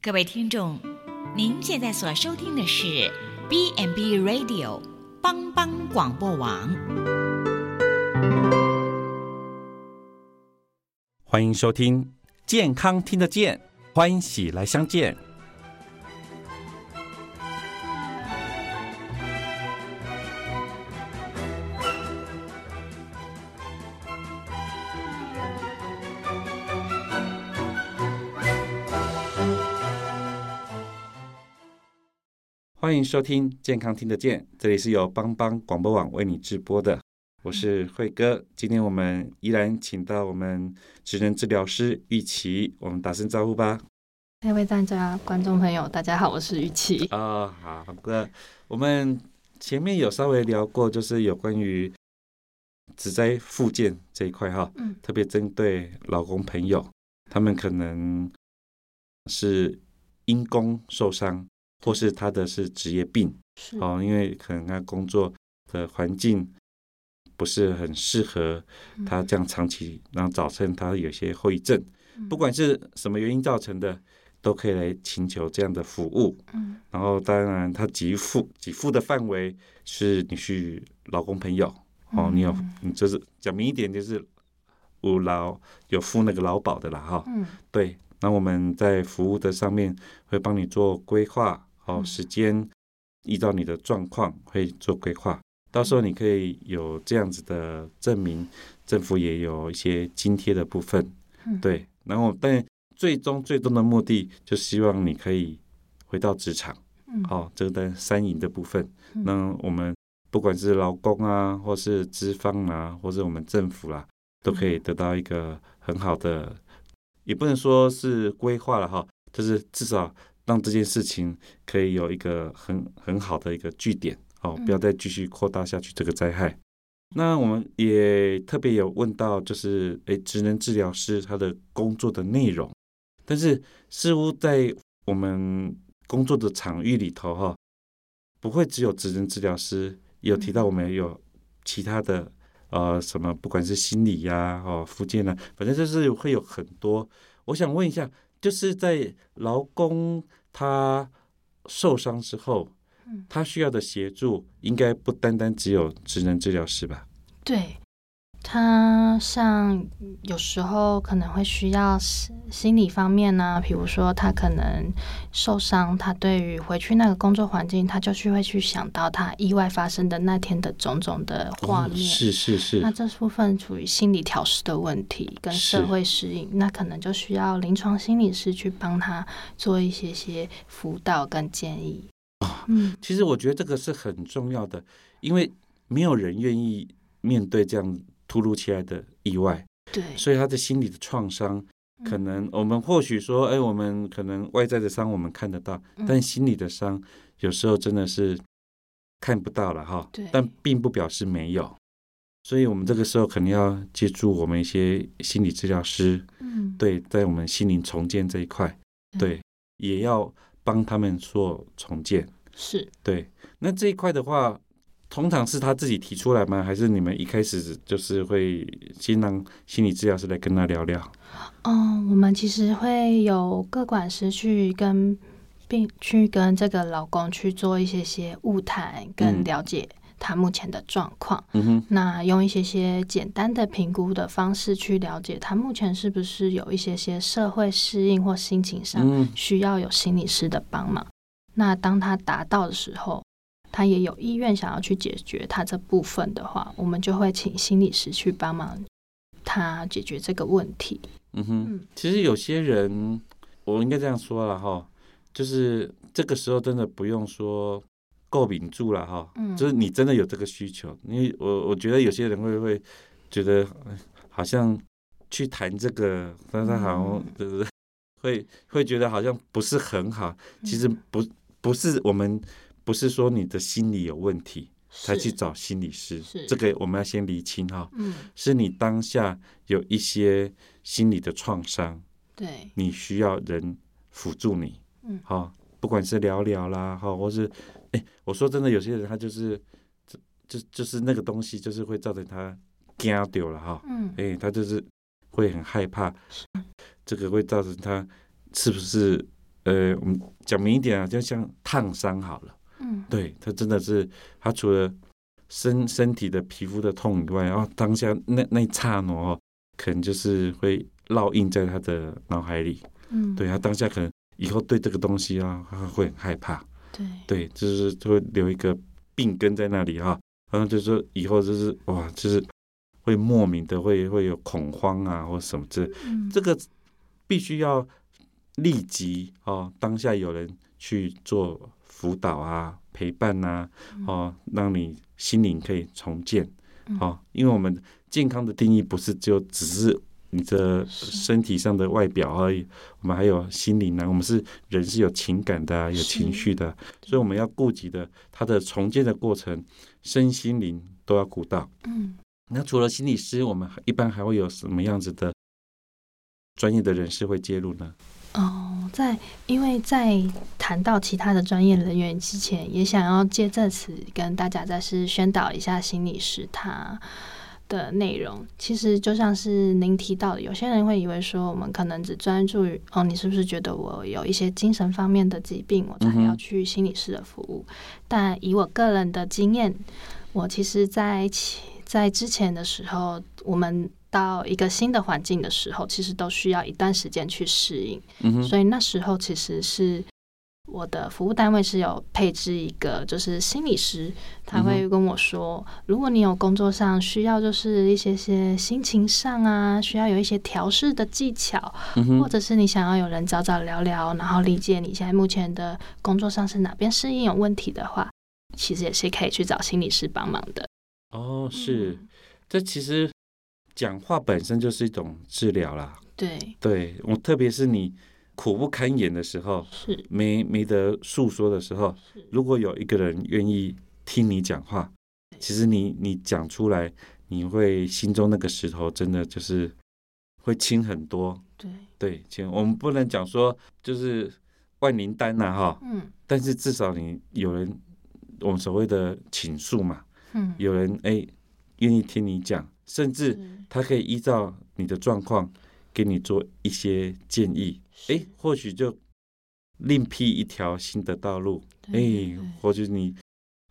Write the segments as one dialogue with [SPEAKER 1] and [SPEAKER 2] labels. [SPEAKER 1] 各位听众，您现在所收听的是 B n B Radio 帮帮广播网。
[SPEAKER 2] 欢迎收听《健康听得见》，欢喜来相见。欢迎收听《健康听得见》，这里是由帮帮广播网为你直播的，我是慧哥。今天我们依然请到我们职能治疗师玉琪，我们打声招呼吧。
[SPEAKER 3] 各位大家观众朋友，大家好，我是玉琪。
[SPEAKER 2] 啊、好的，我们前面有稍微聊过，就是有关于只在复健这一块哈，
[SPEAKER 3] 嗯
[SPEAKER 2] 特别针对老公朋友，他们可能是因公受伤，或是他的是职业病，
[SPEAKER 3] 是
[SPEAKER 2] 哦，因为可能他工作的环境不是很适合
[SPEAKER 3] 嗯
[SPEAKER 2] 他这样长期，然后造成他有些后遗症，
[SPEAKER 3] 嗯
[SPEAKER 2] 不管是什么原因造成的，都可以来请求这样的服务。
[SPEAKER 3] 嗯
[SPEAKER 2] 然后当然，他给付给付的范围是你去劳工朋友
[SPEAKER 3] 嗯
[SPEAKER 2] 哦，你有你就是讲明一点，就是有劳有付那个劳保的啦哈、
[SPEAKER 3] 嗯
[SPEAKER 2] 对，那我们在服务的上面会帮你做规划，哦，
[SPEAKER 3] 嗯
[SPEAKER 2] 时间依照你的状况会做规划。到时候你可以有这样子的证明，政府也有一些津贴的部分，
[SPEAKER 3] 嗯，
[SPEAKER 2] 对。然后，但最终最终的目的就希望你可以回到职场，
[SPEAKER 3] 嗯，
[SPEAKER 2] 哦，这个在三赢的部分。
[SPEAKER 3] 嗯
[SPEAKER 2] 那我们不管是劳工啊，或是资方啊，或是我们政府啦、啊都可以得到一个很好的，也不能说是规划了哈，就是至少让这件事情可以有一个很很好的一个据点哦，
[SPEAKER 3] 嗯
[SPEAKER 2] 不要再继续扩大下去这个灾害。那我们也特别有问到，就是诶，职能治疗师他的工作的内容，但是似乎在我们工作的场域里头哈，不会只有职能治疗师，有提到我们有其他的呃什么，不管是心理呀、哦附件啊，反正就是会有很多。我想问一下，就是在劳工他受伤之后
[SPEAKER 3] 嗯，
[SPEAKER 2] 他需要的协助应该不单单只有职能治疗师吧？
[SPEAKER 3] 对，他像有时候可能会需要心心理方面呢、比如说他可能受伤，他对于回去那个工作环境，他就是会去想到他意外发生的那天的种种的画
[SPEAKER 2] 哦
[SPEAKER 3] 面。
[SPEAKER 2] 是是是
[SPEAKER 3] 那，这部分属于心理调试的问题跟
[SPEAKER 2] 是
[SPEAKER 3] 社会适应，那可能就需要临床心理师去帮他做一些些辅导跟建议。
[SPEAKER 2] 啊
[SPEAKER 3] 嗯，
[SPEAKER 2] 其实我觉得这个是很重要的，因为没有人愿意面对这样突如其来的意外，
[SPEAKER 3] 对，嗯
[SPEAKER 2] 所以他的心理的创伤可能我们或许说，哎，我们可能外在的伤我们看得到，
[SPEAKER 3] 嗯
[SPEAKER 2] 但心理的伤有时候真的是看不到了哈
[SPEAKER 3] 对。
[SPEAKER 2] 但并不表示没有，所以我们这个时候肯定要借助我们一些心理治疗师，
[SPEAKER 3] 嗯，
[SPEAKER 2] 对，在我们心灵重建这一块，
[SPEAKER 3] 嗯
[SPEAKER 2] 对，也要帮他们做重建。
[SPEAKER 3] 是
[SPEAKER 2] 对，那这一块的话，通常是他自己提出来吗？还是你们一开始就是会先让心理治疗师来跟他聊聊？
[SPEAKER 3] 嗯，我们其实会有各管师去跟病去跟这个老公去做一些些物谈，
[SPEAKER 2] 嗯
[SPEAKER 3] 跟了解他目前的状况。
[SPEAKER 2] 嗯哼，
[SPEAKER 3] 那用一些些简单的评估的方式去了解他目前是不是有一些些社会适应或心情上
[SPEAKER 2] 嗯，
[SPEAKER 3] 需要有心理师的帮忙。那当他达到的时候，他也有意愿想要去解决他这部分的话，我们就会请心理师去帮忙他解决这个问题。
[SPEAKER 2] 嗯哼
[SPEAKER 3] 嗯，
[SPEAKER 2] 其实有些人，我应该这样说了哈，就是这个时候真的不用说够秉住了哈，
[SPEAKER 3] 嗯
[SPEAKER 2] 就是你真的有这个需求，因为我我觉得有些人会会觉得哎好像去谈这个，但他好像
[SPEAKER 3] 嗯
[SPEAKER 2] 对对对，会会觉得好像不是很好，
[SPEAKER 3] 嗯
[SPEAKER 2] 其实不不是我们不是说你的心理有问题才去
[SPEAKER 3] 是
[SPEAKER 2] 找心理师
[SPEAKER 3] 是，
[SPEAKER 2] 这个我们要先厘清哈。
[SPEAKER 3] 嗯，
[SPEAKER 2] 是你当下有一些心理的创伤，
[SPEAKER 3] 对，
[SPEAKER 2] 你需要人辅助你，
[SPEAKER 3] 嗯
[SPEAKER 2] 好、不管是聊聊啦，好、或是，哎，我说真的，有些人他就是，就就就是那个东西，就是会造成他惊丢了哈，
[SPEAKER 3] 嗯，
[SPEAKER 2] 哎、他就是会很害怕
[SPEAKER 3] 是，
[SPEAKER 2] 这个会造成他是不是呃，我们讲明一点啊，就像烫伤好了，
[SPEAKER 3] 嗯，
[SPEAKER 2] 对他真的是他除了身身体的皮肤的痛以外，然后当下那那一刹那哦，可能就是会烙印在他的脑海里，
[SPEAKER 3] 嗯，
[SPEAKER 2] 对他啊当下可能以后对这个东西啊，他会很害怕，
[SPEAKER 3] 对
[SPEAKER 2] 对，就是就会留一个病根在那里哈、然后就是说以后就是哇，就是会莫名的会会有恐慌啊，或什么之类
[SPEAKER 3] 嗯
[SPEAKER 2] 这个必须要立即哦，当下有人去做辅导啊、陪伴呐、
[SPEAKER 3] 嗯
[SPEAKER 2] 哦，让你心灵可以重建
[SPEAKER 3] 嗯
[SPEAKER 2] 哦。因为我们健康的定义不是就只是你的
[SPEAKER 3] 是
[SPEAKER 2] 身体上的外表而已，我们还有心灵啊。我们是人是有情感的啊、有
[SPEAKER 3] 是
[SPEAKER 2] 情绪的啊，所以我们要顾及的它的重建的过程，身心灵都要顾到。
[SPEAKER 3] 嗯
[SPEAKER 2] 那除了心理师，我们一般还会有什么样子的专业的人士会介入呢？
[SPEAKER 3] 哦，在因为在谈到其他的专业人员之前，也想要借这次跟大家再是宣导一下心理师他。的内容其实就像是您提到的，有些人会以为说我们可能只专注于哦，你是不是觉得我有一些精神方面的疾病，我
[SPEAKER 2] 嗯
[SPEAKER 3] 才
[SPEAKER 2] 哼
[SPEAKER 3] 要去心理师的服务？但以我个人的经验，我其实在其在之前的时候，我们到一个新的环境的时候，其实都需要一段时间去适应。
[SPEAKER 2] 嗯哼，
[SPEAKER 3] 所以那时候其实是我的服务单位是有配置一个就是心理师，他
[SPEAKER 2] 嗯
[SPEAKER 3] 会跟我说，如果你有工作上需要就是一些些心情上啊，需要有一些调试的技巧，
[SPEAKER 2] 嗯
[SPEAKER 3] 或
[SPEAKER 2] 哼，
[SPEAKER 3] 者是你想要有人找找聊聊，然后理解你现在目前的工作上是哪边适应有问题的话，其实也是可以去找心理师帮忙的。
[SPEAKER 2] 哦，
[SPEAKER 3] 嗯
[SPEAKER 2] 是，这其实讲话本身就是一种治疗啦。
[SPEAKER 3] 对，
[SPEAKER 2] 对我，特别是你苦不堪言的时候，
[SPEAKER 3] 是
[SPEAKER 2] 没没得诉说的时候，
[SPEAKER 3] 是，
[SPEAKER 2] 如果有一个人愿意听你讲话，其实你你讲出来，你会心中那个石头真的就是会轻很多。
[SPEAKER 3] 对，
[SPEAKER 2] 对，钱我们不能讲说就是万灵丹呐、哈，
[SPEAKER 3] 嗯
[SPEAKER 2] 但是至少你有人，我们所谓的倾诉嘛，
[SPEAKER 3] 嗯，
[SPEAKER 2] 有人哎愿意听你讲，甚至
[SPEAKER 3] 是
[SPEAKER 2] 他可以依照你的状况给你做一些建议，哎
[SPEAKER 3] 是，
[SPEAKER 2] 或许就另辟一条新的道路，
[SPEAKER 3] 对
[SPEAKER 2] 哎
[SPEAKER 3] 嗯对，
[SPEAKER 2] 或许你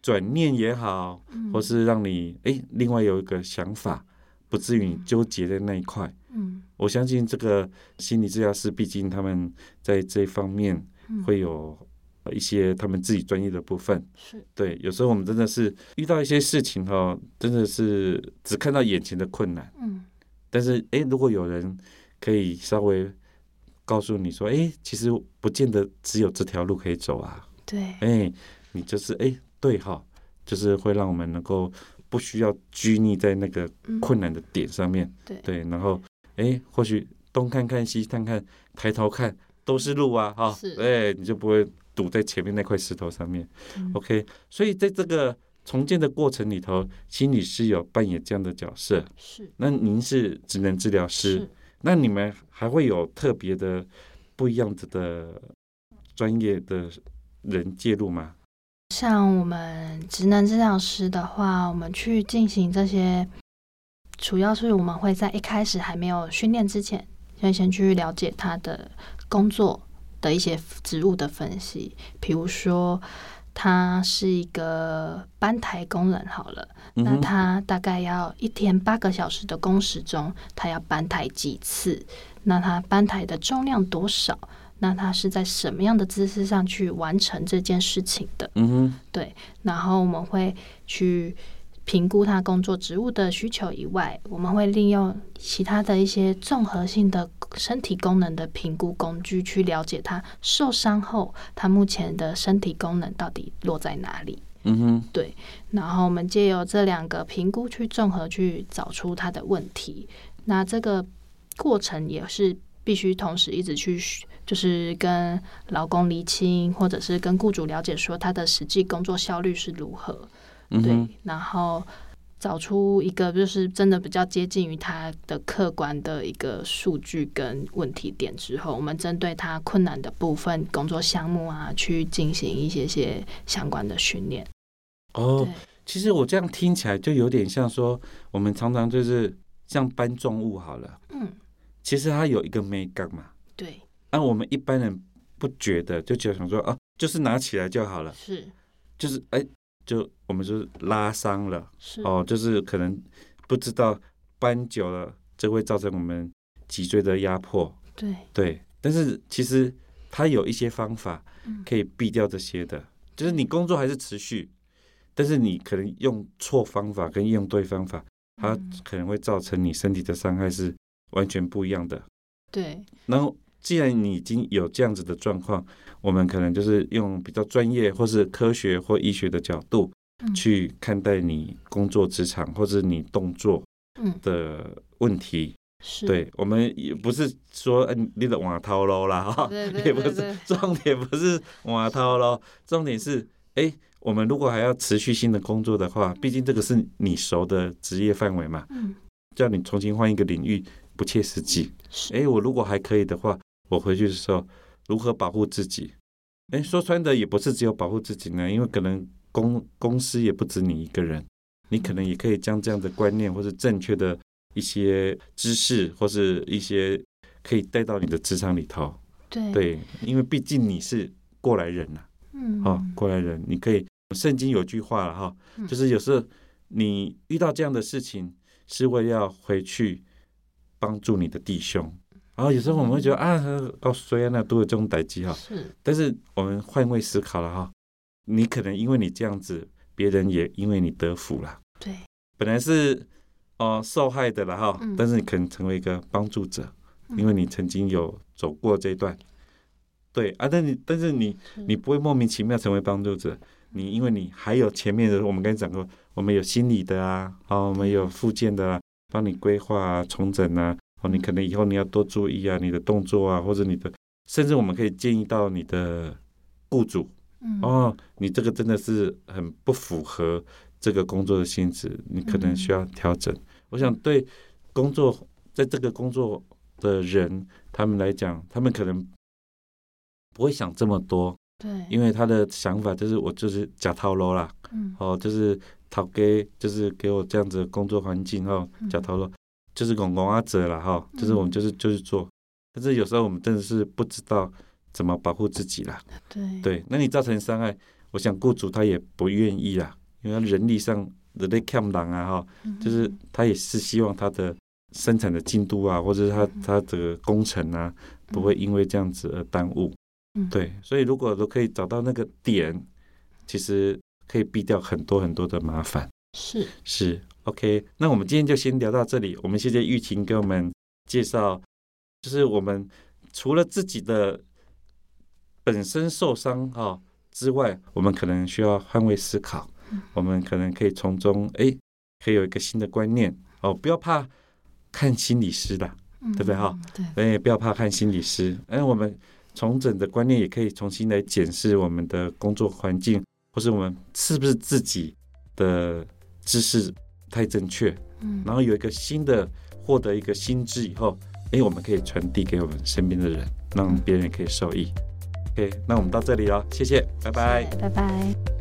[SPEAKER 2] 转念也好，
[SPEAKER 3] 嗯
[SPEAKER 2] 或是让你哎另外有一个想法，不至于你
[SPEAKER 3] 嗯
[SPEAKER 2] 纠结在那一块。
[SPEAKER 3] 嗯
[SPEAKER 2] 我相信这个心理治疗师，毕竟他们在这方面
[SPEAKER 3] 嗯
[SPEAKER 2] 会有呃一些他们自己专业的部分。
[SPEAKER 3] 是
[SPEAKER 2] 对，有时候我们真的是遇到一些事情哦，真的是只看到眼前的困难，
[SPEAKER 3] 嗯
[SPEAKER 2] 但是诶，如果有人可以稍微告诉你说，诶，其实不见得只有这条路可以走啊，
[SPEAKER 3] 对
[SPEAKER 2] 诶，你就是诶，对哈、就是会让我们能够不需要拘泥在那个
[SPEAKER 3] 嗯
[SPEAKER 2] 困难的点上面。
[SPEAKER 3] 对
[SPEAKER 2] 对，然后哎，或许东看看西看看，抬头看都是路啊，哈、
[SPEAKER 3] 是
[SPEAKER 2] 哎，你就不会堵在前面那块石头上面。
[SPEAKER 3] 嗯
[SPEAKER 2] OK，所以在这个重建的过程里头，心理师有扮演这样的角色。
[SPEAKER 3] 是
[SPEAKER 2] 那您是职能治疗师，那你们还会有特别的不一样的的专业的人介入吗？
[SPEAKER 3] 像我们职能治疗师的话，我们去进行这些，主要是我们会在一开始还没有训练之前，先先去了解他的工作的一些职务的分析，比如说他是一个搬抬工人好了，
[SPEAKER 2] 嗯
[SPEAKER 3] 那
[SPEAKER 2] 哼，
[SPEAKER 3] 他大概要一天八个小时的工时中，他要搬抬几次？那他搬抬的重量多少？那他是在什么样的姿势上去完成这件事情的？
[SPEAKER 2] 嗯哼，
[SPEAKER 3] 然后我们会去评估他工作职务的需求以外，我们会利用其他的一些综合性的身体功能的评估工具，去了解他受伤后他目前的身体功能到底落在哪里。
[SPEAKER 2] 嗯哼，
[SPEAKER 3] 然后我们借由这两个评估去综合去找出他的问题。那这个过程也是必须同时一直去学，就是跟劳工厘清，或者是跟雇主了解说他的实际工作效率是如何。
[SPEAKER 2] 嗯
[SPEAKER 3] 对
[SPEAKER 2] 哼，，
[SPEAKER 3] 然后找出一个就是真的比较接近于他的客观的一个数据跟问题点之后，我们针对他困难的部分、工作项目啊，去进行一些些相关的训练。
[SPEAKER 2] 哦
[SPEAKER 3] 对，
[SPEAKER 2] 其实我这样听起来就有点像说，我们常常就是像搬重物好了，
[SPEAKER 3] 嗯，
[SPEAKER 2] 其实它有一个美感嘛。啊
[SPEAKER 3] 对，
[SPEAKER 2] 那、我们一般人不觉得，就觉得想说啊，就是拿起来就好了，
[SPEAKER 3] 是
[SPEAKER 2] 就是哎，就我们就是拉伤了
[SPEAKER 3] 是
[SPEAKER 2] 哦，就是可能不知道搬久了，这会造成我们脊椎的压迫，
[SPEAKER 3] 对，
[SPEAKER 2] 对。但是其实它有一些方法
[SPEAKER 3] 嗯
[SPEAKER 2] 可以避掉这些的，就是你工作还是持续，但是你可能用错方法跟用对方法，它
[SPEAKER 3] 嗯
[SPEAKER 2] 可能会造成你身体的伤害是完全不一样的。
[SPEAKER 3] 对
[SPEAKER 2] 然后，既然你已经有这样子的状况，我们可能就是用比较专业或是科学或医学的角度
[SPEAKER 3] 嗯
[SPEAKER 2] 去看待你工作职场或是你动作
[SPEAKER 3] 嗯
[SPEAKER 2] 的问题。
[SPEAKER 3] 是
[SPEAKER 2] 对我们也不是说嗯你的瓦掏喽啦，哈
[SPEAKER 3] 对对，
[SPEAKER 2] 啊也不
[SPEAKER 3] 对
[SPEAKER 2] 是
[SPEAKER 3] 对
[SPEAKER 2] 重点，不是瓦掏喽，重点是哎。诶我们如果还要持续性的工作的话，毕竟这个是你熟的职业范围嘛，
[SPEAKER 3] 嗯
[SPEAKER 2] 叫你重新换一个领域不切实际。
[SPEAKER 3] 是
[SPEAKER 2] 诶，我如果还可以的话，我回去的时候如何保护自己？诶，说穿的也不是只有保护自己呢，因为可能公公司也不止你一个人，你可能也可以将这样的观念或是正确的一些知识或是一些可以带到你的职场里头。
[SPEAKER 3] 对
[SPEAKER 2] 对，因为毕竟你是过来人呐、
[SPEAKER 3] 嗯
[SPEAKER 2] 哦，过来人，你可以圣经有句话了哈，
[SPEAKER 3] 嗯
[SPEAKER 2] 就是有时候你遇到这样的事情，是为了要回去帮助你的弟兄。然后有时候我们会觉得啊，哦，虽然那都有这种代际哈，
[SPEAKER 3] 是
[SPEAKER 2] 但是我们换位思考了哈，你可能因为你这样子，别人也因为你得福了。
[SPEAKER 3] 对
[SPEAKER 2] 本来是哦、受害的了哈
[SPEAKER 3] 嗯，
[SPEAKER 2] 但是你可能成为一个帮助者，因为你曾经有走过这一段。对啊，但你但是你
[SPEAKER 3] 是
[SPEAKER 2] 你不会莫名其妙成为帮助者，你因为你还有前面的，我们刚才讲过，我们有心理的啊，哦，我们有附件的啊，帮你规划啊、重整啊，哦，你可能以后你要多注意啊，你的动作啊，或者你的，甚至我们可以建议到你的雇主，
[SPEAKER 3] 嗯
[SPEAKER 2] 哦，你这个真的是很不符合这个工作的性质，你可能需要调整。我想对工作在这个工作的人，他们来讲，他们可能不会想这么多，
[SPEAKER 3] 对，
[SPEAKER 2] 因为他的想法就是我就是假套路啦，
[SPEAKER 3] 嗯
[SPEAKER 2] 哦，就是讨给就是给我这样子的工作环境哦，
[SPEAKER 3] 嗯
[SPEAKER 2] 假套路就是拱拱啊者啦哈、哦，就是我们就是就是做，但是有时候我们真的是不知道怎么保护自己啦。
[SPEAKER 3] 对
[SPEAKER 2] 对，那你造成伤害，我想雇主他也不愿意啦，因为他人力上人类看不狼啊哈，
[SPEAKER 3] 嗯
[SPEAKER 2] 就是他也是希望他的生产的进度啊，或者是他他的工程啊，不会因为这样子而耽误。
[SPEAKER 3] 嗯
[SPEAKER 2] 对，所以如果都可以找到那个点，其实可以避掉很多很多的麻烦。
[SPEAKER 3] 是
[SPEAKER 2] 是 OK，那我们今天就先聊到这里。我们谢谢玉琴给我们介绍，就是我们除了自己的本身受伤哈、之外，我们可能需要换位思考
[SPEAKER 3] 嗯，
[SPEAKER 2] 我们可能可以从中哎，可以有一个新的观念哦，不要怕看心理师的，
[SPEAKER 3] 对
[SPEAKER 2] 对不对哈？
[SPEAKER 3] 嗯对
[SPEAKER 2] 哎，不要怕看心理师，哎，我们重整的观念也可以重新来检视我们的工作环境，或是我们是不是自己的知识太正确，
[SPEAKER 3] 嗯
[SPEAKER 2] 然后有一个新的获得一个新知以后，哎，我们可以传递给我们身边的人，让别人也可以受益。OK，那我们到这里了，谢谢，拜拜。
[SPEAKER 3] 拜拜。